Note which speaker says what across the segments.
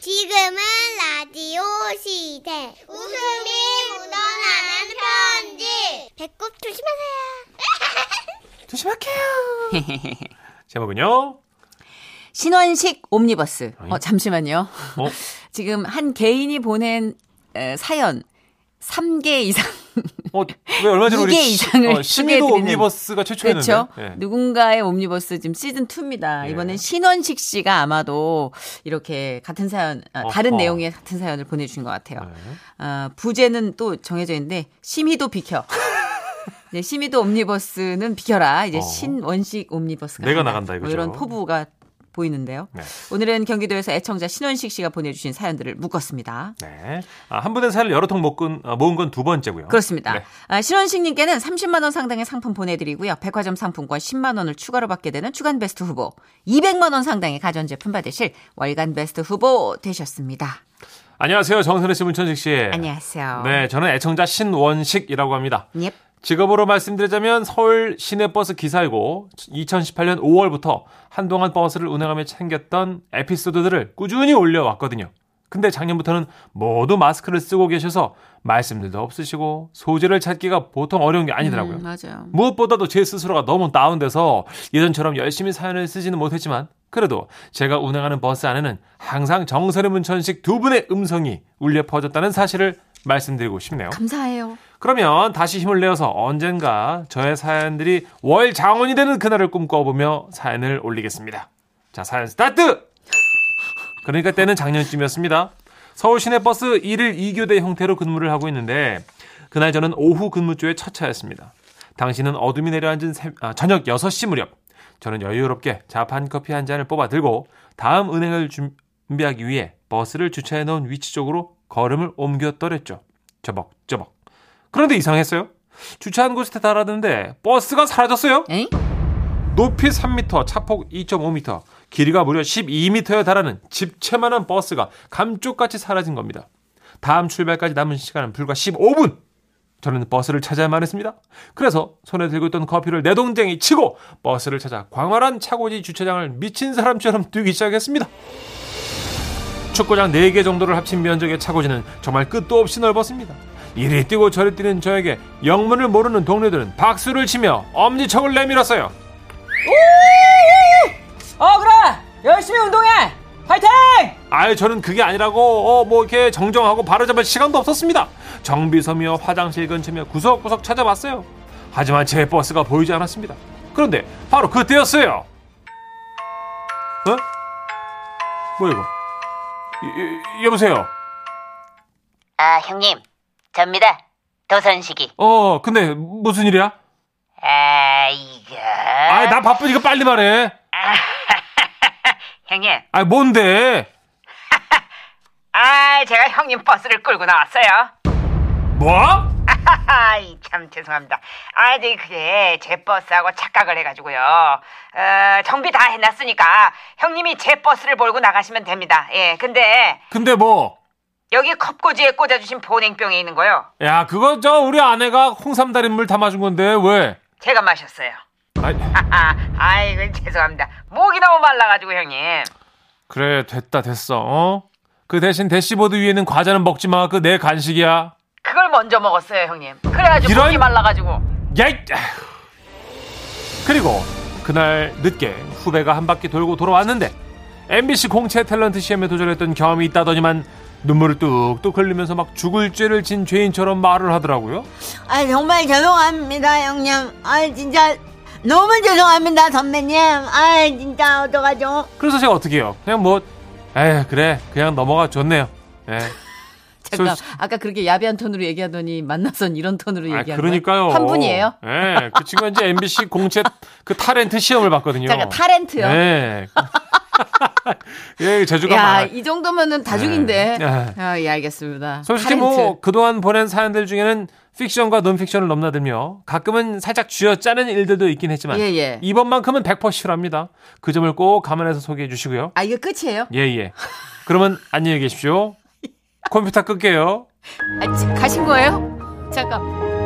Speaker 1: 지금은 라디오 시대. 웃음이 묻어나는 편지. 배꼽 조심하세요.
Speaker 2: 조심할게요. 제목은요.
Speaker 3: 신원식 옴니버스. 어, 잠시만요.
Speaker 2: 어?
Speaker 3: 지금 한 개인이 보낸 에, 사연 3개 이상.
Speaker 2: 어, 왜 얼마 전에 우리
Speaker 3: 이게 이상을
Speaker 2: 어, 심의도
Speaker 3: 소개해드리는.
Speaker 2: 옴니버스가 최초였는데.
Speaker 3: 그렇죠.
Speaker 2: 예.
Speaker 3: 누군가의 옴니버스 지금 시즌 2입니다.
Speaker 2: 예.
Speaker 3: 이번엔 신원식 씨가 아마도 이렇게 같은 사연, 아, 다른
Speaker 2: 어허.
Speaker 3: 내용의 같은 사연을 보내주신 것 같아요.
Speaker 2: 네.
Speaker 3: 아, 부제는 또 정해져 있는데 심의도 비켜. 이제 심의도 옴니버스는 비켜라. 이제
Speaker 2: 어.
Speaker 3: 신원식 옴니버스가
Speaker 2: 내가
Speaker 3: 간다.
Speaker 2: 나간다
Speaker 3: 뭐
Speaker 2: 이거죠.
Speaker 3: 이런 포부가 보이는데요.
Speaker 2: 네.
Speaker 3: 오늘은 경기도에서 애청자 신원식 씨가 보내주신 사연들을 묶었습니다.
Speaker 2: 네. 아, 한 분의 사연을 여러 통 모은, 어, 모은 건 두 번째고요.
Speaker 3: 그렇습니다.
Speaker 2: 네.
Speaker 3: 아, 신원식님께는 30만 원 상당의 상품 보내드리고요. 백화점 상품권 10만 원을 추가로 받게 되는 주간 베스트 후보, 200만 원 상당의 가전제품 받으실 월간 베스트 후보 되셨습니다.
Speaker 2: 안녕하세요. 정선혜 씨, 문천식 씨.
Speaker 3: 안녕하세요.
Speaker 2: 네, 저는 애청자 신원식이라고 합니다.
Speaker 3: 예.
Speaker 2: 직업으로 말씀드리자면 서울 시내버스 기사이고 2018년 5월부터 한동안 버스를 운행하며 챙겼던 에피소드들을 꾸준히 올려왔거든요. 근데 작년부터는 모두 마스크를 쓰고 계셔서 말씀들도 없으시고 소재를 찾기가 보통 어려운 게 아니더라고요.
Speaker 3: 음, 맞아요.
Speaker 2: 무엇보다도 제 스스로가 너무 다운돼서 예전처럼 열심히 사연을 쓰지는 못했지만 그래도 제가 운행하는 버스 안에는 항상 정선의 문천식 두 분의 음성이 울려 퍼졌다는 사실을 말씀드리고 싶네요.
Speaker 3: 감사해요.
Speaker 2: 그러면 다시 힘을 내어서 언젠가 저의 사연들이 월 장원이 되는 그날을 꿈꿔보며 사연을 올리겠습니다. 자, 사연 스타트! 그러니까 때는 작년쯤이었습니다. 서울 시내버스 1일 2교대 형태로 근무를 하고 있는데 그날 저는 오후 근무조의 첫 차였습니다. 당시는 어둠이 내려앉은 새- 아, 저녁 6시 무렵 저는 여유롭게 자판 커피 한 잔을 뽑아 들고 다음 은행을 준비하기 위해 버스를 주차해 놓은 위치 쪽으로 걸음을 옮겨 떨었죠. 저벅저벅. 그런데 이상했어요. 주차한 곳에 달았는데 버스가 사라졌어요.
Speaker 3: 에이?
Speaker 2: 높이 3m, 차폭 2.5m, 길이가 무려 12m에 달하는 집채만한 버스가 감쪽같이 사라진 겁니다. 다음 출발까지 남은 시간은 불과 15분! 저는 버스를 찾아야만 했습니다. 그래서 손에 들고 있던 커피를 내 동생이 치고 버스를 찾아 광활한 차고지 주차장을 미친 사람처럼 뛰기 시작했습니다. 축구장 4개 정도를 합친 면적의 차고지는 정말 끝도 없이 넓었습니다. 이리 뛰고 저리 뛰는 저에게 영문을 모르는 동료들은 박수를 치며 엄지척을 내밀었어요.
Speaker 3: 어, 그래! 열심히 운동해! 파이팅!
Speaker 2: 아유 저는 그게 아니라고 어, 뭐 이렇게 정정하고 바로잡을 시간도 없었습니다. 정비섬이며 화장실 근처며 구석구석 찾아봤어요. 하지만 제 버스가 보이지 않았습니다. 그런데 바로 그때였어요. 어? 뭐야 이거? 여- 여, 여보세요.
Speaker 4: 아, 형님. 접니다. 도선식이.
Speaker 2: 어 근데 무슨 일이야?
Speaker 4: 아, 이거.
Speaker 2: 아 나 바쁘니까 빨리 말해.
Speaker 4: 형님.
Speaker 2: 아 뭔데?
Speaker 4: 아, 제가 형님 버스를 끌고 나왔어요.
Speaker 2: 뭐?
Speaker 4: 아이, 참 죄송합니다. 아, 네, 그게 제 버스하고 착각을 해가지고요. 어, 정비 다 해놨으니까 형님이 제 버스를 몰고 나가시면 됩니다. 예, 근데
Speaker 2: 근데 뭐?
Speaker 4: 여기 컵꽂이에 꽂아주신 보냉병에 있는 거요.
Speaker 2: 야 그거 저 우리 아내가 홍삼 달인 물 담아준 건데 왜?
Speaker 4: 제가 마셨어요.
Speaker 2: 아이,
Speaker 4: 아, 아이고, 죄송합니다. 목이 너무 말라가지고 형님.
Speaker 2: 그래 됐다 됐어 어? 그 대신 대시보드 위에는 과자는 먹지 마 그 내 간식이야
Speaker 4: 그걸 먼저 먹었어요, 형님. 그래가지고
Speaker 2: 이런-
Speaker 4: 목이 말라가지고.
Speaker 2: 야이 아휴. 그리고 그날 늦게 후배가 한 바퀴 돌고 돌아왔는데 MBC 공채 탤런트 시험에 도전했던 경험이 있다더니만 눈물을 뚝뚝 흘리면서 막 죽을 죄를 진 죄인처럼 말을 하더라고요
Speaker 5: 아 정말 죄송합니다 형님 아 진짜 너무 죄송합니다 선배님 아 진짜 어떡하죠
Speaker 2: 그래서 제가 어떻게 해요 그냥 뭐 에휴 그래 그냥 넘어가 줬네요 예.
Speaker 3: 잠깐,
Speaker 2: 솔-
Speaker 3: 아까 그렇게 야비한 톤으로 얘기하더니 만나선 이런 톤으로
Speaker 2: 아,
Speaker 3: 얘기하는 거예요?
Speaker 2: 그러니까요.
Speaker 3: 한 분이에요?
Speaker 2: 예, 그 친구가 이제 MBC 공채 그 타렌트 시험을 봤거든요.
Speaker 3: 잠깐, 타렌트요?
Speaker 2: 어. 네. 예, 재주가
Speaker 3: 야,
Speaker 2: 많아요.
Speaker 3: 이 정도면은 다중인데.
Speaker 2: 네.
Speaker 3: 아, 예, 알겠습니다.
Speaker 2: 솔직히 뭐 그동안 보낸 사연들 중에는 픽션과 논픽션을 넘나들며 가끔은 살짝 쥐어짜는 일들도 있긴 했지만
Speaker 3: 예, 예.
Speaker 2: 이번만큼은 100% 실합니다. 그 점을 꼭 감안해서 소개해 주시고요.
Speaker 3: 아, 이게 끝이에요?
Speaker 2: 예, 예. 그러면 안녕히 계십시오. 컴퓨터 끌게요.
Speaker 3: 아, 지- 가신 거예요? 잠깐.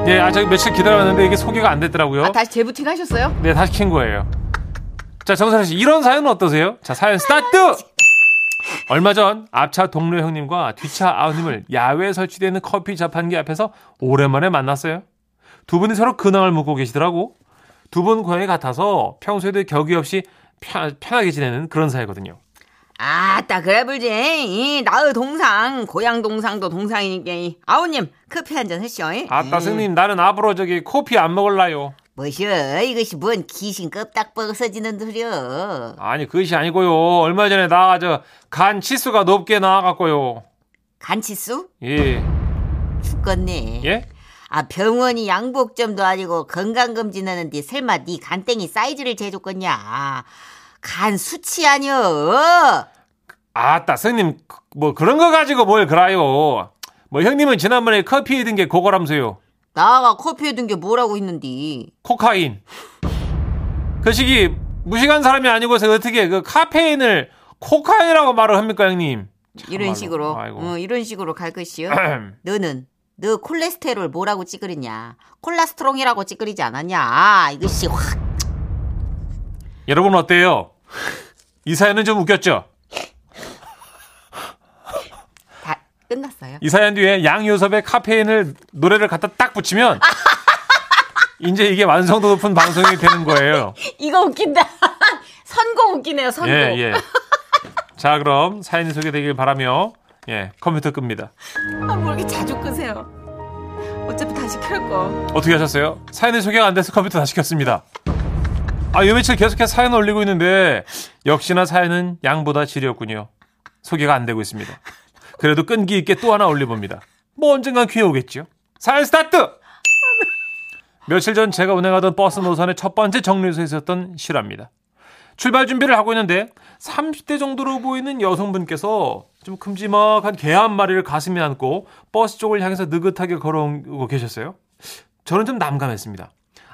Speaker 2: 예, 아, 저기 며칠 기다려왔는데 이게 소개가 안 됐더라고요.
Speaker 3: 아, 다시 재부팅 하셨어요?
Speaker 2: 네, 다시 킨 거예요. 자, 정선아 씨, 이런 사연은 어떠세요? 자, 사연 스타트! 얼마 전 앞차 동료 형님과 뒷차 아우님을 야외에 설치되어 있는 커피 자판기 앞에서 오랜만에 만났어요. 두 분이 서로 근황을 묻고 계시더라고. 두 분 고향이 같아서 평소에도 격이 없이 편, 편하게 지내는 그런 사이거든요.
Speaker 3: 아따 그래 불지 이 나의 동상 고향 동상도 동상이니까 이 아우님 커피 한잔 하시오 이.
Speaker 2: 아따 승님 나는 앞으로 저기 커피 안 먹을라요.
Speaker 3: 뭐셔 이것이 뭔 귀신 껍딱 벗어지는 소리여
Speaker 2: 아니 그것이 아니고요. 얼마 전에 나 저 간 치수가 높게 나와갖고요.
Speaker 3: 간치수?
Speaker 2: 예.
Speaker 3: 죽겠네
Speaker 2: 예?
Speaker 3: 아 병원이 양복점도 아니고 건강검진 하는데 설마 네 간땡이 사이즈를 재줬겠냐 간 수치 아니여
Speaker 2: 아따 승님 그- 뭐 그런 거 가지고 뭘 그래요. 뭐 형님은 지난번에 커피에 든 게 그거라면서요.
Speaker 3: 나가 커피에 든 게 뭐라고 했는디
Speaker 2: 코카인. 그 시기 무식한 사람이 아니고서 어떻게 그 카페인을 코카인이라고 말을 합니까 형님?
Speaker 3: 이런
Speaker 2: 참말로.
Speaker 3: 식으로
Speaker 2: 아이고.
Speaker 3: 어, 이런 식으로 갈 것이요 너는 너 콜레스테롤 뭐라고 찌그리냐 콜라스트롱이라고 찌그리지 않았냐 이것이 확
Speaker 2: 여러분 어때요? 이 사연은 좀 웃겼죠?
Speaker 3: 다 끝났어요
Speaker 2: 이 사연 뒤에 양요섭의 카페인을 노래를 갖다 딱 붙이면 이제 이게 완성도 높은 방송이 되는 거예요.
Speaker 3: 이거 웃긴다 선곡 웃기네요 선곡
Speaker 2: 예, 예. 자, 그럼 사연이 소개되길 바라며 예, 컴퓨터 끕니다.
Speaker 3: 아, 뭐 이렇게 자주 끄세요 어차피 다시 켤거
Speaker 2: 어떻게 하셨어요? 사연이 소개가 안 돼서 컴퓨터 다시 켰습니다. 아, 요 며칠 계속해서 사연 올리고 있는데 역시나 사연은 양보다 질이었군요. 소개가 안 되고 있습니다. 그래도 끈기 있게 또 하나 올려봅니다. 뭐 언젠간 귀에 오겠죠. 사연 스타트! 며칠 전 제가 운행하던 버스 노선의 첫 번째 정류소에 있었던 실화입니다. 출발 준비를 하고 있는데 30대 정도로 보이는 여성분께서 좀 큼지막한 개 한 마리를 가슴에 안고 버스 쪽을 향해서 느긋하게 걸어오고 계셨어요. 저는 좀 남감했습니다.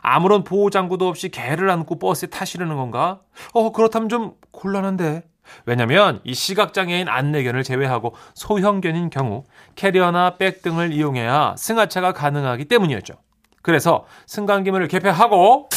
Speaker 2: 아무런 보호 장구도 없이 개를 안고 버스에 타시려는 건가? 어, 그렇다면 좀 곤란한데. 왜냐면 이 시각장애인 안내견을 제외하고 소형견인 경우 캐리어나 백 등을 이용해야 승하차가 가능하기 때문이었죠. 그래서 승강기문을 개폐하고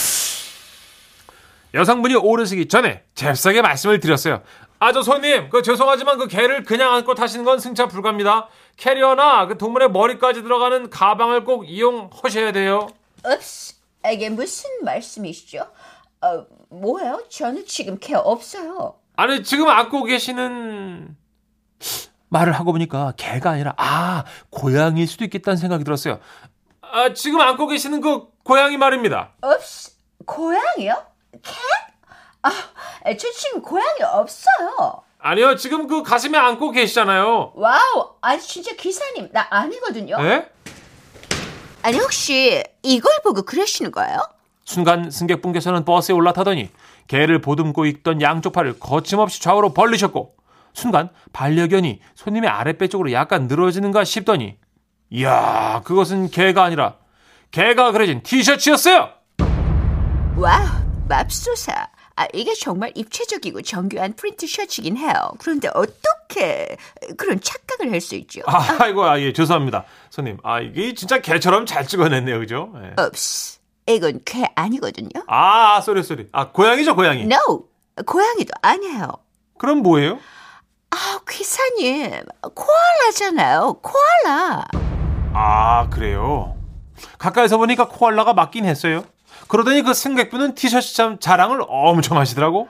Speaker 2: 여성분이 오르시기 전에 잽싸게 말씀을 드렸어요. 아, 저 손님, 그 죄송하지만 그 개를 그냥 안고 타시는 건 승차 불가입니다. 캐리어나 그 동물의 머리까지 들어가는 가방을 꼭 이용하셔야 돼요.
Speaker 6: 읍스, 이게 무슨 말씀이시죠? 어, 뭐예요? 저는 지금 개 없어요.
Speaker 2: 아니, 지금 안고 계시는 말을 하고 보니까 개가 아니라 아, 고양이일 수도 있겠다는 생각이 들었어요. 아, 지금 안고 계시는 그 고양이 말입니다.
Speaker 6: 읍스, 고양이요? 개? 아, 저 지금 고양이 없어요.
Speaker 2: 아니요, 지금 그 가슴에 안고 계시잖아요.
Speaker 6: 와우, 아니 진짜 기사님, 나 아니거든요.
Speaker 2: 예?
Speaker 6: 아니 혹시 이걸 보고 그러시는 거예요?
Speaker 2: 순간 승객분께서는 버스에 올라타더니 개를 보듬고 있던 양쪽 팔을 거침없이 좌우로 벌리셨고 순간 반려견이 손님의 아랫배 쪽으로 약간 늘어지는가 싶더니 이야 그것은 개가 아니라 개가 그려진 티셔츠였어요.
Speaker 6: 와우, 맙소사. 아, 이게 정말 입체적이고 정교한 프린트 셔츠긴 해요. 그런데 어떻게 그런 착각을 할 수 있죠?
Speaker 2: 아, 아이고 아, 예 죄송합니다 손님 아 이게 진짜 개처럼 잘 찍어냈네요 그죠? 예.
Speaker 6: 읍스, 이건 개 아니거든요.
Speaker 2: 아 쏘리 쏘리 아 고양이죠
Speaker 3: 네.
Speaker 2: 고양이.
Speaker 6: No, 고양이도 아니에요.
Speaker 2: 그럼 뭐예요?
Speaker 6: 아, 귀사님, 코알라잖아요. 코알라.
Speaker 2: 아 그래요. 가까이서 보니까 코알라가 맞긴 했어요. 그러더니 그 승객분은 티셔츠 참 자랑을 엄청 하시더라고.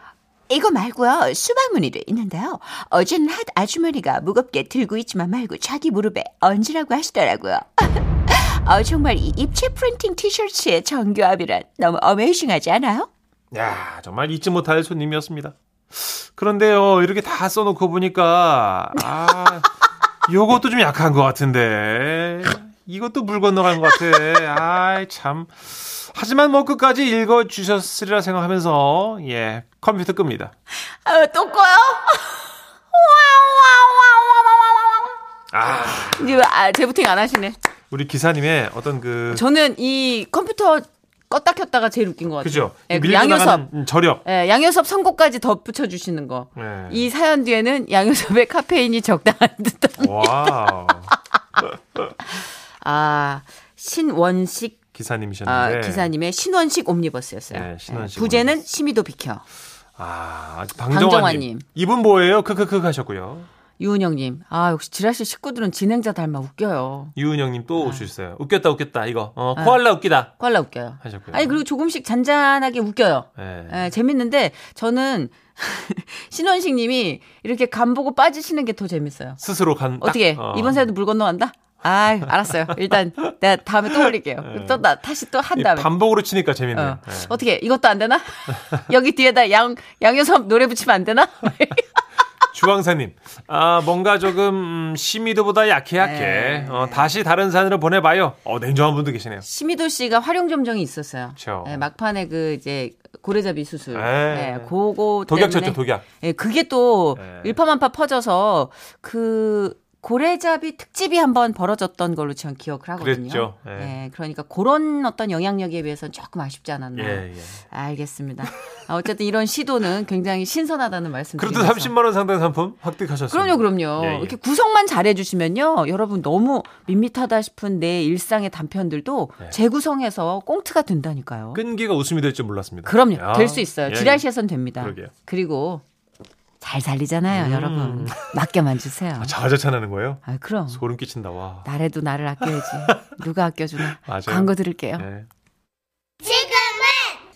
Speaker 6: 이거 말고요. 수박무늬도 있는데요. 어제는 핫 아주머니가 무겁게 들고 있지만 말고 자기 무릎에 얹으라고 하시더라고요. 어, 정말 이 입체 프린팅 티셔츠의 정교함이란 너무 어메이징하지 않아요?
Speaker 2: 야, 정말 잊지 못할 손님이었습니다. 그런데요, 이렇게 다 써놓고 보니까, 아, 요것도 좀 약한 것 같은데. 이것도 물 건너간 것 같아. 아이, 참. 하지만 뭐 끝까지 읽어주셨으리라 생각하면서, 예, 컴퓨터 끕니다.
Speaker 6: 어, 또 꺼요?
Speaker 2: 아,
Speaker 3: 이제 아, 재부팅 안 하시네.
Speaker 2: 우리 기사님의 어떤 그,
Speaker 3: 저는 이 컴퓨터 껐다 켰다가 제일 웃긴 것 같아요.
Speaker 2: 그죠?
Speaker 3: 예, 그
Speaker 2: 밀고
Speaker 3: 양효섭.
Speaker 2: 나가는, 음, 저력.
Speaker 3: 예, 양효섭 선곡까지 덧붙여 주시는 거.
Speaker 2: 예.
Speaker 3: 이 사연 뒤에는 양효섭의 카페인이 적당한 듯한.
Speaker 2: 예. 와우.
Speaker 3: 아, 신원식
Speaker 2: 기사님이셨는데.
Speaker 3: 아, 기사님의 신원식 아, 옴니버스였어요.
Speaker 2: 네, 신원식
Speaker 3: 부제는
Speaker 2: 옴니버스.
Speaker 3: 심의도 비켜.
Speaker 2: 아, 아직 방정환님.
Speaker 3: 방정환님.
Speaker 2: 이분 뭐예요? 크크크 하셨고요.
Speaker 3: 유은영님, 아, 역시 지라시 식구들은 진행자 닮아 웃겨요.
Speaker 2: 유은영님 또
Speaker 3: 아.
Speaker 2: 오셨어요. 웃겼다 웃겼다 이거. 어, 코알라 웃기다
Speaker 3: 꼴라 웃겨요.
Speaker 2: 하셨고요.
Speaker 3: 아니, 그리고 조금씩 잔잔하게 웃겨요.
Speaker 2: 예.
Speaker 3: 예, 재밌는데, 저는 신원식 님이 이렇게 간 보고 빠지시는 게 더 재밌어요.
Speaker 2: 스스로 간. 딱,
Speaker 3: 어떻게,
Speaker 2: 어.
Speaker 3: 이번 사에도 물 건너간다? 아, 알았어요. 일단, 내가 다음에 또 올릴게요. 또, 나, 다시 또 한
Speaker 2: 네. 이
Speaker 3: 다음에.
Speaker 2: 반복으로 치니까 재밌네.
Speaker 3: 어.
Speaker 2: 요 예.
Speaker 3: 어떻게 이것도 안 되나? 여기 뒤에다 양 양효섭 노래 붙이면 안 되나?
Speaker 2: 주황사님, 아 뭔가 조금 음, 심의도보다 약해 약해.
Speaker 3: 네.
Speaker 2: 어, 다시 다른 산으로 보내봐요. 어 냉정한 분도 계시네요.
Speaker 3: 심희도 씨가 활용점정이 있었어요.
Speaker 2: 그쵸.
Speaker 3: 예, 막판에 그 이제 고래잡이 수술.
Speaker 2: 그렇죠. 예.
Speaker 3: 예, 그거
Speaker 2: 독약
Speaker 3: 때문에
Speaker 2: 쳤죠 독약.
Speaker 3: 예, 그게 또
Speaker 2: 예.
Speaker 3: 일파만파 퍼져서 그 고래잡이 특집이 한번 벌어졌던 걸로 전 기억을 하거든요.
Speaker 2: 그랬죠. 예.
Speaker 3: 예, 그러니까 그런 어떤 영향력에 비해서는 조금 아쉽지 않았나.
Speaker 2: 예, 예.
Speaker 3: 알겠습니다. 아, 어쨌든 이런 시도는 굉장히 신선하다는 말씀.
Speaker 2: 그래도
Speaker 3: 드리면서.
Speaker 2: 30만 원 상당 상품 획득하셨어요.
Speaker 3: 그럼요, 그럼요.
Speaker 2: 예, 예.
Speaker 3: 이렇게 구성만 잘해주시면요. 여러분 너무 밋밋하다 싶은 내 일상의 단편들도
Speaker 2: 네.
Speaker 3: 재구성해서 꽁트가 된다니까요.
Speaker 2: 끈기가 웃음이 될 줄 몰랐습니다.
Speaker 3: 그럼요. 될 수 있어요. 지라시에선 됩니다.
Speaker 2: 예, 그러게요. 음.
Speaker 3: 리고잘 살리잖아요, 여러분. 맡겨만 주세요.
Speaker 2: 아, 자자찬하는 거예요?
Speaker 3: 아, 그럼.
Speaker 2: 소름 끼친다 와.
Speaker 3: 나래도 나를 아껴야지. 누가 아껴주나.
Speaker 2: 맞아요.
Speaker 3: 광고 들을게요.
Speaker 2: 예.
Speaker 1: 지금은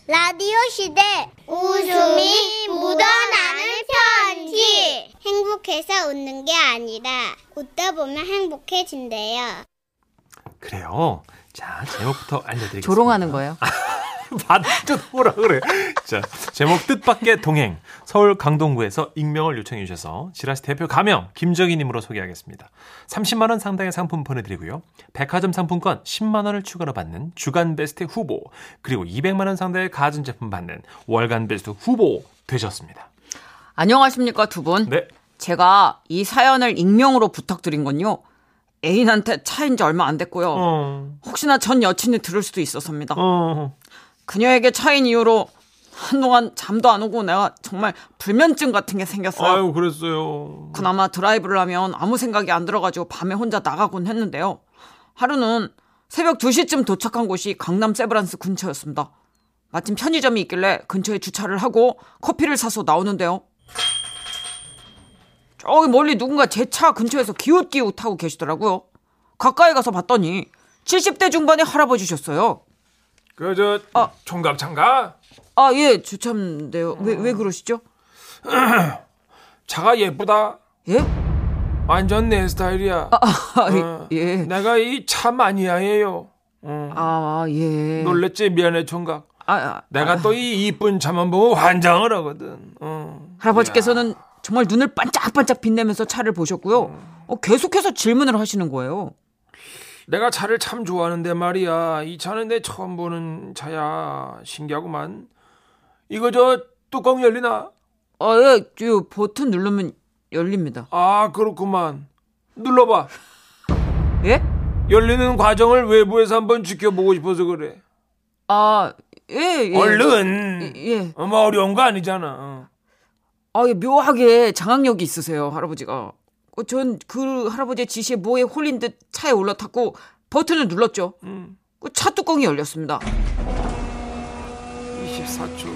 Speaker 1: 라디오 시대 웃음이 묻어나는 편지 행복해서 웃는 게 아니라 웃다 보면 행복해진대요
Speaker 2: 그래요. 자 제목부터 알려드리겠습니다. 아.
Speaker 3: 조롱하는 거예요.
Speaker 2: 반전 뭐라 그래. 자, 제목 뜻밖의 동행. 서울 강동구에서 익명을 요청해 주셔서 지라시 대표 가명 김정희님으로 소개하겠습니다. 30만 원 상당의 상품 보내드리고요. 백화점 상품권 10만 원을 추가로 받는 주간 베스트 후보 그리고 200만 원 상당의 가전 제품 받는 월간 베스트 후보 되셨습니다.
Speaker 3: 안녕하십니까, 두 분.
Speaker 2: 네,
Speaker 3: 제가 이 사연을 익명으로 부탁드린 건요. 애인한테 차인 지 얼마 안 됐고요.
Speaker 2: 어,
Speaker 3: 혹시나 전 여친이 들을 수도 있었습니다.
Speaker 2: 어,
Speaker 3: 그녀에게 차인 이후로 한동안 잠도 안 오고 내가 정말 불면증 같은 게 생겼어요.
Speaker 2: 아유 그랬어요.
Speaker 3: 그나마 드라이브를 하면 아무 생각이 안 들어가지고 밤에 혼자 나가곤 했는데요. 하루는 새벽 2시쯤 도착한 곳이 강남 세브란스 근처였습니다. 마침 편의점이 있길래 근처에 주차를 하고 커피를 사서 나오는데요. 저기 멀리 누군가 제 차 근처에서 기웃기웃 하고 계시더라고요. 가까이 가서 봤더니 70대 중반의 할아버지셨어요.
Speaker 2: 그저
Speaker 3: 어.
Speaker 2: 총각 참가
Speaker 3: 아, 예, 주참인데요. 왜, 왜 그러시죠?
Speaker 2: 차가 예쁘다.
Speaker 3: 예?
Speaker 2: 완전 내 스타일이야.
Speaker 3: 아, 예.
Speaker 7: 네.
Speaker 2: 내가 이 차 마니아예요.
Speaker 3: 아, 예.
Speaker 2: 놀랬지 미안해 총각.
Speaker 3: 아, 아,
Speaker 2: 내가 또 이 이쁜 차만 보면 환장을 하거든. 어.
Speaker 3: 할아버지께서는 정말 눈을 반짝반짝 빛내면서 차를 보셨고요. 어, 계속해서 질문을 하시는 거예요.
Speaker 2: 내가 차를 참 좋아하는데 말이야. 이 차는 내 처음 보는 차야. 신기하구만. 이거 저 뚜껑 열리나?
Speaker 3: 아, 예, 저 버튼 누르면 열립니다.
Speaker 2: 아 그렇구만. 눌러봐.
Speaker 3: 예?
Speaker 2: 열리는 과정을 외부에서 한번 지켜보고 싶어서 그래.
Speaker 3: 아, 예,
Speaker 7: 어?
Speaker 3: 예.
Speaker 2: 얼른.
Speaker 3: 예.
Speaker 2: 어, 뭐 어려운 거 아니잖아. 어.
Speaker 3: 아, 예, 묘하게 장악력이 있으세요, 할아버지가. 어, 전그 할아버지의 지시에 뭐에 홀린 듯 차에 올라탔고 버튼을 눌렀죠. 그 차 뚜껑이 열렸습니다.
Speaker 2: 24초,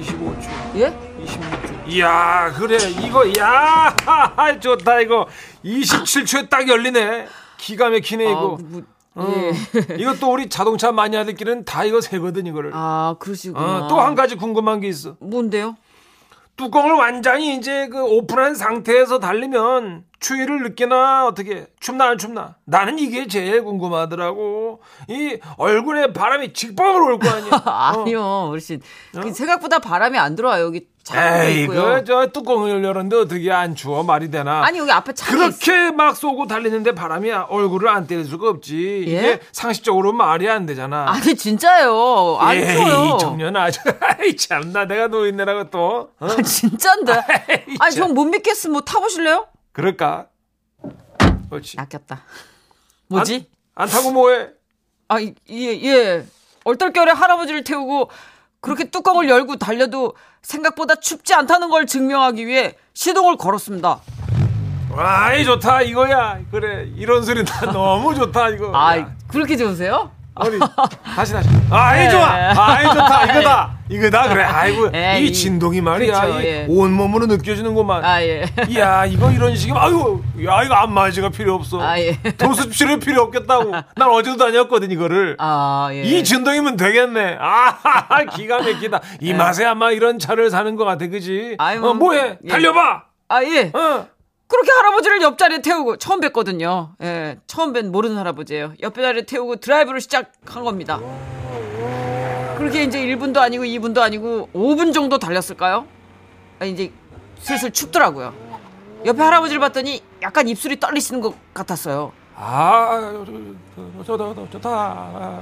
Speaker 2: 25초.
Speaker 3: 예?
Speaker 2: 26초. 이야 그래 이거 야 좋다 이거 27초에 딱 열리네 기가 막히네 이거
Speaker 3: 뭐, 예.
Speaker 2: 어. 이거 또 우리 자동차 마니아들끼리는 다 이거 세거든 이거를 어,
Speaker 3: 아,
Speaker 7: 어?
Speaker 3: 그러시구나.
Speaker 2: 또 한 가지 궁금한 게 있어
Speaker 3: 뭔데요?
Speaker 2: 뚜껑을 완전히 이제 그 오픈한 상태에서 달리면 추위를 느끼나 어떻게 춥나 안 춥나 나는 이게 제일 궁금하더라고 이 얼굴에 바람이 직방으로 올 거 아니야 어.
Speaker 3: 아니요, 어르신. 그 생각보다 바람이 안 들어와요. 여기 차도
Speaker 2: 에이
Speaker 3: 있고요.
Speaker 2: 그저 뚜껑을 열었는데 어떻게 안 추워 말이 되나
Speaker 3: 아니 여기 앞에 차가 있...
Speaker 2: 그렇게 막 쏘고 달리는데 바람이 얼굴을 안 때릴 수가 없지.
Speaker 3: 예?
Speaker 2: 이게 상식적으로 말이 안 되잖아.
Speaker 3: 아니 진짜요. 안
Speaker 2: 에이,
Speaker 3: 추워요.
Speaker 2: 청년아. 아이, 참나 내가 노인네라고 또. 어?
Speaker 3: 아, 진짠데. 아니
Speaker 2: 참.
Speaker 3: 전 못 믿겠으면 뭐 타보실래요?
Speaker 2: 그럴까? 그렇지.
Speaker 3: 낚였다. 뭐지?
Speaker 2: 안, 안 타고 뭐해?
Speaker 3: 아, 이- 예, 예. 얼떨결에 할아버지를 태우고 그렇게 뚜껑을 열고 달려도 생각보다 춥지 않다는 걸 증명하기 위해 시동을 걸었습니다.
Speaker 2: 와이 좋다 이거야. 그래 이런 소리 나 너무 좋다 이거.
Speaker 3: 아,
Speaker 2: 야,
Speaker 3: 그렇게 좋으세요?
Speaker 2: 머리. 다시 다시. 아이
Speaker 3: 네.
Speaker 2: 좋아. 아이 좋다 이거다.
Speaker 7: 이거다 그래. 아이고
Speaker 8: 예,
Speaker 7: 이
Speaker 8: 이-
Speaker 7: 진동이 말이야.
Speaker 8: 그쵸,
Speaker 7: 이
Speaker 8: 예.
Speaker 7: 온몸으로 느껴지는구만.
Speaker 8: 아, 예.
Speaker 7: 야 이거 이런 식이면 아이고 야 이거 안마의지가 필요 없어.
Speaker 8: 아, 예.
Speaker 7: 도수치료 필요 없겠다고. 난 어제도 다녔거든 이거를.
Speaker 8: 아, 예.
Speaker 7: 이 진동이면 되겠네. 아, 기가 막히다. 이 맛에 아마 이런 차를 사는 것 같아, 그지?
Speaker 8: 아유,
Speaker 7: 어, 뭐해?
Speaker 8: 예.
Speaker 7: 달려봐.
Speaker 8: 아, 예.
Speaker 7: 어.
Speaker 8: 그렇게 할아버지를 옆자리에 태우고 처음 뵀거든요. 예. 처음 뵌 모르는 할아버지예요. 옆자리에 태우고 드라이브를 시작한 겁니다. 그렇게 이제 1분도 아니고 2분도 아니고 5분 정도 달렸을까요? 아, 이제 슬슬 춥더라고요. 옆에 할아버지를 봤더니 약간 입술이 떨리시는 것 같았어요.
Speaker 7: 아, 저- 저- 저- 저- 좋다.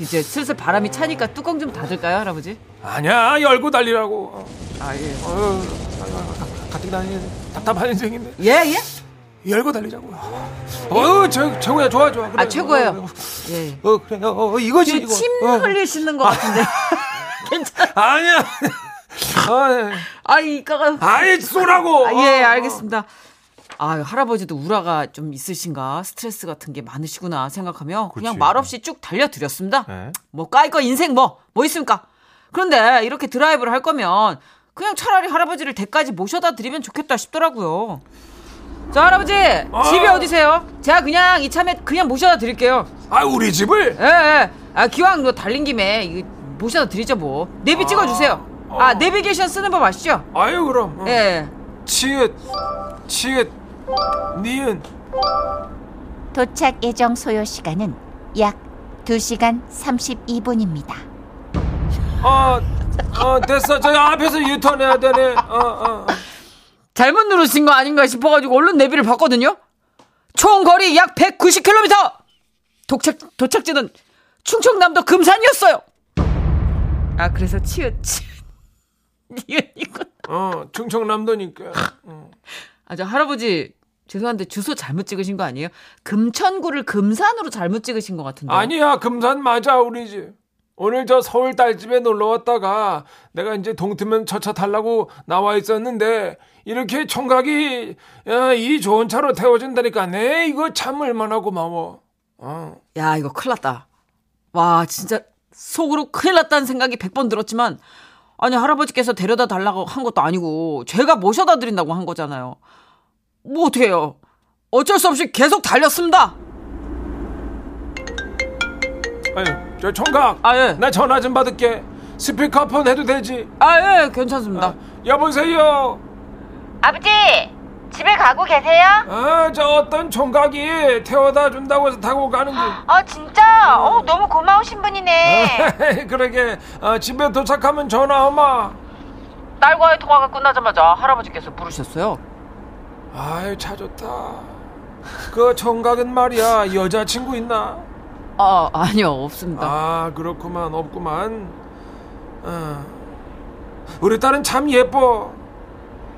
Speaker 8: 이제 슬슬 바람이 차니까 뚜껑 좀 닫을까요, 할아버지?
Speaker 7: 아니야, 열고 달리라고.
Speaker 8: 아, 예.
Speaker 7: 어, 같은 다니는 답답한 인생인데
Speaker 8: 예, 예?
Speaker 7: 열고 달리자고. 어, 최 최고야, 좋아, 좋아. 그래.
Speaker 8: 아, 최고예요. 예.
Speaker 7: 어, 그래, 어, 어, 이거지
Speaker 8: 지금
Speaker 7: 이거.
Speaker 8: 침
Speaker 7: 어.
Speaker 8: 흘리시는 것
Speaker 3: 네.
Speaker 8: 같은데. 괜찮아.
Speaker 7: 아니야.
Speaker 2: 네.
Speaker 7: 아,
Speaker 8: 아, 이가가.
Speaker 7: 아예 쏘라고.
Speaker 8: 아, 예,
Speaker 7: 어.
Speaker 8: 알겠습니다. 아, 할아버지도 우라가 좀 있으신가, 스트레스 같은 게 많으시구나 생각하며 그냥
Speaker 7: 그치.
Speaker 8: 말없이 쭉 달려드렸습니다.
Speaker 7: 네.
Speaker 8: 뭐 까이거 인생 뭐, 뭐 있습니까? 그런데 이렇게 드라이브를 할 거면 그냥 차라리 할아버지를 댁까지 모셔다 드리면 좋겠다 싶더라고요. 저 할아버지, 집이 어디세요? 제가 그냥 이참에 그냥 모셔다 드릴게요.
Speaker 7: 아, 우리 집을.
Speaker 8: 예, 예. 아, 기왕 너 달린 김에 이거 모셔다 드리죠 뭐. 내비 찍어주세요. 아, 내비게이션 쓰는 법 아시죠?
Speaker 7: 아유, 그럼. 어.
Speaker 8: 예.
Speaker 7: 치읓 치읓 니은
Speaker 9: 도착 예정 소요 시간은 약 2시간 32분입니다.
Speaker 7: 어, 어 됐어 저 앞에서 유턴해야 되네 어어
Speaker 8: 잘못 누르신 거 아닌가 싶어가지고 얼른 내비를 봤거든요. 총 거리 약 190km. 도착 도착지는 충청남도 금산이었어요. 아 그래서 치읓 치읓 니은이군.
Speaker 7: 어, 충청남도니까 어.
Speaker 8: 아저 할아버지 죄송한데 주소 잘못 찍으신 거 아니에요? 금천구를 금산으로 잘못 찍으신 것 같은데.
Speaker 7: 아니야 금산 맞아 우리 집 오늘 저 서울 딸집에 놀러 왔다가 내가 이제 동트면 저차 타려고 나와 있었는데 이렇게 총각이 야, 이 좋은 차로 태워준다니까 네 이거 참 얼마나 고마워 어
Speaker 8: 야 이거 큰일 났다. 와 진짜 속으로 큰일 났다는 생각이 100번 들었지만 아니 할아버지께서 데려다 달라고 한 것도 아니고 제가 모셔다 드린다고 한 거잖아요. 뭐 어떻게 해요. 어쩔 수 없이 계속 달렸습니다.
Speaker 7: 아유 저 총각
Speaker 8: 아, 예.
Speaker 7: 나 전화 좀 받을게 스피커폰 해도 되지
Speaker 8: 아 예 괜찮습니다.
Speaker 7: 여보세요
Speaker 4: 아버지 집에 가고 계세요?
Speaker 7: 아, 저 어떤 총각이 태워다 준다고 해서 타고 가는 길.
Speaker 4: 아 진짜? 어 너무 고마우신 분이네.
Speaker 7: 그러게 어, 집에 도착하면 전화 오마.
Speaker 8: 딸과의 통화가 끝나자마자 할아버지께서 물으셨어요.
Speaker 7: 아유 차 좋다. 그 총각은 말이야 여자친구 있나?
Speaker 8: 아 아니요 없습니다.
Speaker 7: 아 그렇구만 없구만. 어. 우리 딸은 참 예뻐.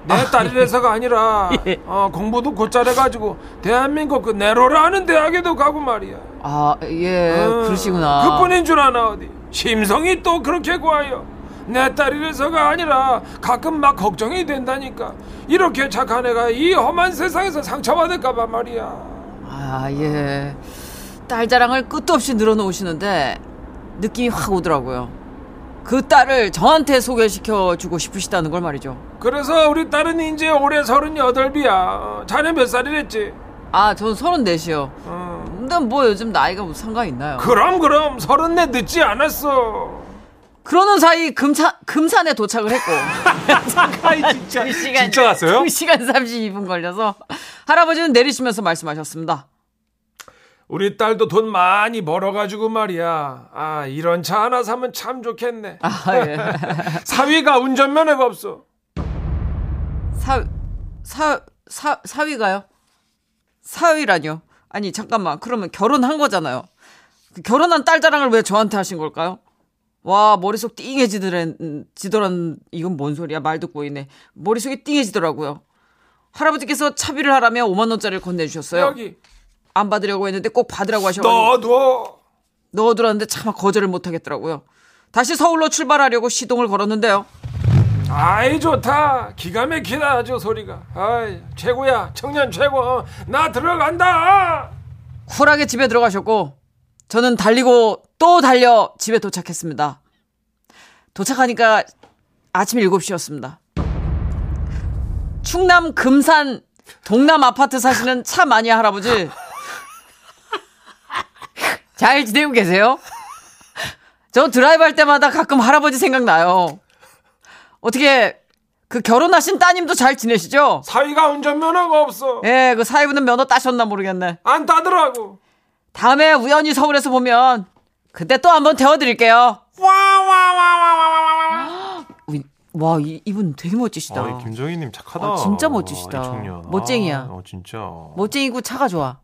Speaker 7: 내 딸이라서가 아니라 어, 공부도 곧잘해가지고 대한민국 그 네로라는 대학에도 가고 말이야.
Speaker 8: 아 예
Speaker 2: 음,
Speaker 7: 어,
Speaker 8: 그러시구나.
Speaker 7: 그뿐인 줄 아나 어디 심성이 또 그렇게 고와요 내 딸이라서가 아니라 가끔 막 걱정이 된다니까 이렇게 착한 애가 이 험한 세상에서 상처받을까봐 말이야
Speaker 8: 아, 예. 딸 자랑을 끝도 없이 늘어놓으시는데 느낌이 확 오더라고요. 그 딸을 저한테 소개시켜 주고 싶으시다는 걸 말이죠.
Speaker 7: 그래서 우리 딸은 이제 올해 서른여덟이야 자네 몇 살이랬지?
Speaker 8: 아, 전 서른넷이요.
Speaker 7: 어.
Speaker 8: 근데 뭐 요즘 나이가 무슨 상관 있나요?
Speaker 7: 그럼 그럼 서른네 늦지 않았어
Speaker 8: 그... 러는 사이 금사, 금산에 도착을 했고. 진짜, 시간,
Speaker 7: 진짜 갔어요?
Speaker 8: 2시간 32분 걸려서 할아버지는 내리시면서 말씀하셨습니다.
Speaker 7: 우리 딸도 돈 많이 벌어가지고 말이야 아 이런 차 하나 사면 참 좋겠네
Speaker 8: 아, 예.
Speaker 7: 사위가 운전면허가 없어
Speaker 8: 사, 사, 사, 사위가요? 사위라뇨? 아니, 잠깐만. 그러면 결혼한 거잖아요. 그 결혼한 딸 자랑을 왜 저한테 하신 걸까요? 와, 머릿속 띵해지더란, 이건 뭔 소리야. 말도 꼬이네. 머릿속이 띵해지더라고요. 할아버지께서 차비를 하라며 5만원짜리를 건네주셨어요.
Speaker 7: 여기
Speaker 8: 안 받으려고 했는데 꼭 받으라고 하셔가지고.
Speaker 7: 넣어둬
Speaker 8: 넣어두라는데 차마 거절을 못하겠더라고요. 다시 서울로 출발하려고 시동을 걸었는데요.
Speaker 7: 아이 좋다 기가 막히다 아주 소리가 아이 최고야 청년 최고 어, 나 들어간다
Speaker 8: 쿨하게 집에 들어가셨고 저는 달리고 또 달려 집에 도착했습니다.
Speaker 3: 도착하니까 아침 7시였습니다. 충남 금산 동남 아파트 사시는 차 마니아 할아버지. 잘 지내고 계세요? 저 드라이브 할 때마다 가끔 할아버지 생각나요. 어떻게 그 결혼하신 따님도 잘 지내시죠?
Speaker 2: 사위가 운전면허가 없어.
Speaker 3: 예, 그 사위분은 면허 따셨나 모르겠네.
Speaker 2: 안 따더라고.
Speaker 3: 다음에 우연히 서울에서 보면 그때 또 한번 태워드릴게요. 우- 와, 이, 이분 되게 멋지시다.
Speaker 2: 아, 김정희님 착하다.
Speaker 3: 아, 진짜 멋지시다.
Speaker 2: 이 청년.
Speaker 3: 멋쟁이야.
Speaker 2: 아, 어, 진짜.
Speaker 3: 멋쟁이고 차가 좋아.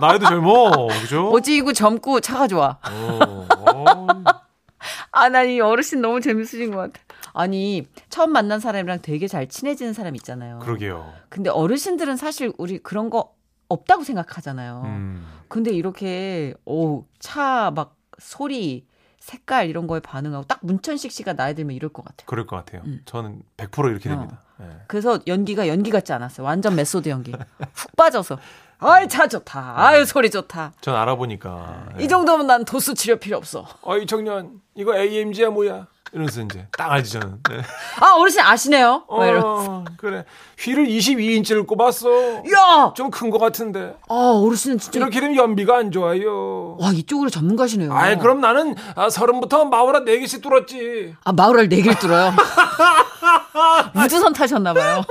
Speaker 2: 나이도 젊어. 그죠?
Speaker 3: 멋쟁이고 젊고 차가 좋아.
Speaker 2: 어, 어.
Speaker 3: 아, 난 이 어르신 너무 재밌으신 것 같아. 아니, 처음 만난 사람이랑 되게 잘 친해지는 사람 있잖아요.
Speaker 2: 그러게요.
Speaker 3: 근데 어르신들은 사실 우리 그런 거 없다고 생각하잖아요.
Speaker 2: 음.
Speaker 3: 근데 이렇게 오차막 소리 색깔 이런 거에 반응하고 딱 문천식 씨가 나이 들면 이럴 것 같아요.
Speaker 2: 그럴 것 같아요.
Speaker 3: 음.
Speaker 2: 저는 100% 이렇게
Speaker 3: 어.
Speaker 2: 됩니다. 예.
Speaker 3: 그래서 연기가 연기 같지 않았어요. 완전 메소드 연기. 훅 빠져서 아이 차 좋다. 아유 소리 좋다.
Speaker 2: 전 알아보니까.
Speaker 3: 이 정도면 난 도수 치료 필요 없어.
Speaker 2: 어이 청년, 이거 AMG야 뭐야? 이러면서 이제 딱 알지 저는. 네.
Speaker 3: 아 어르신 아시네요. 막 이러면서.
Speaker 2: 어, 그래. 휠을 22인치를 꼽았어.
Speaker 3: 야,
Speaker 2: 좀 큰 것 같은데.
Speaker 3: 아 어르신은 진짜
Speaker 2: 이렇게 되면 연비가 안 좋아요.
Speaker 3: 와 이쪽으로 전문가시네요.
Speaker 2: 아이 그럼 나는 아, 서른부터 마오라 네 개씩 뚫었지.
Speaker 3: 아 마을을 네길 뚫어요. 우주선 타셨나봐요.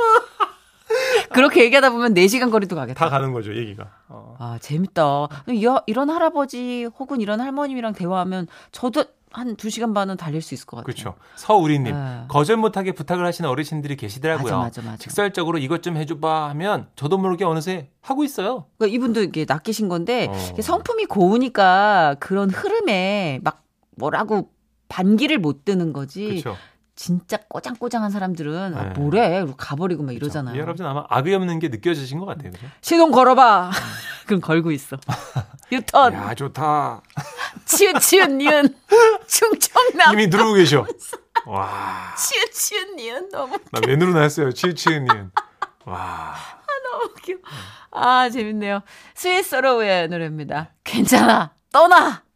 Speaker 3: 그렇게 얘기하다 보면 4시간 거리도 가겠다.
Speaker 2: 다 가는 거죠 얘기가. 어.
Speaker 3: 아, 재밌다. 이, 이런 할아버지 혹은 이런 할머님이랑 대화하면 저도 한 2시간 반은 달릴 수 있을 것 같아요.
Speaker 2: 그렇죠. 서우리님
Speaker 3: 네.
Speaker 2: 거절 못하게 부탁을 하시는 어르신들이 계시더라고요.
Speaker 3: 맞아, 맞아, 맞아.
Speaker 2: 직설적으로 이것 좀 해줘봐 하면 저도 모르게 어느새 하고 있어요.
Speaker 3: 그러니까 이분도 이게 낚이신 건데
Speaker 2: 어.
Speaker 3: 이게 성품이 고우니까 그런 흐름에 막 뭐라고 반기를 못 드는 거지.
Speaker 2: 그렇죠.
Speaker 3: 진짜 꼬장꼬장한 사람들은 아,
Speaker 2: 네.
Speaker 3: 뭐래 이러고 가버리고 막
Speaker 2: 이
Speaker 3: 이러잖아요.
Speaker 2: 할아버지 아마 악의 없는 게 느껴지신 것 같아요. 그죠?
Speaker 3: 시동 걸어봐. 그럼 걸고 있어. 유턴.
Speaker 2: 야 좋다.
Speaker 3: 치읓 치읓 니은 충청남
Speaker 2: 이미 누르고 계셔. 와.
Speaker 3: 치읓 치읓 니은 너무
Speaker 2: 나 왜 누르나 했어요. 치치님. 와.
Speaker 3: 웃겨. 아 재밌네요. 스윗 서로우의 노래입니다. 괜찮아 떠나.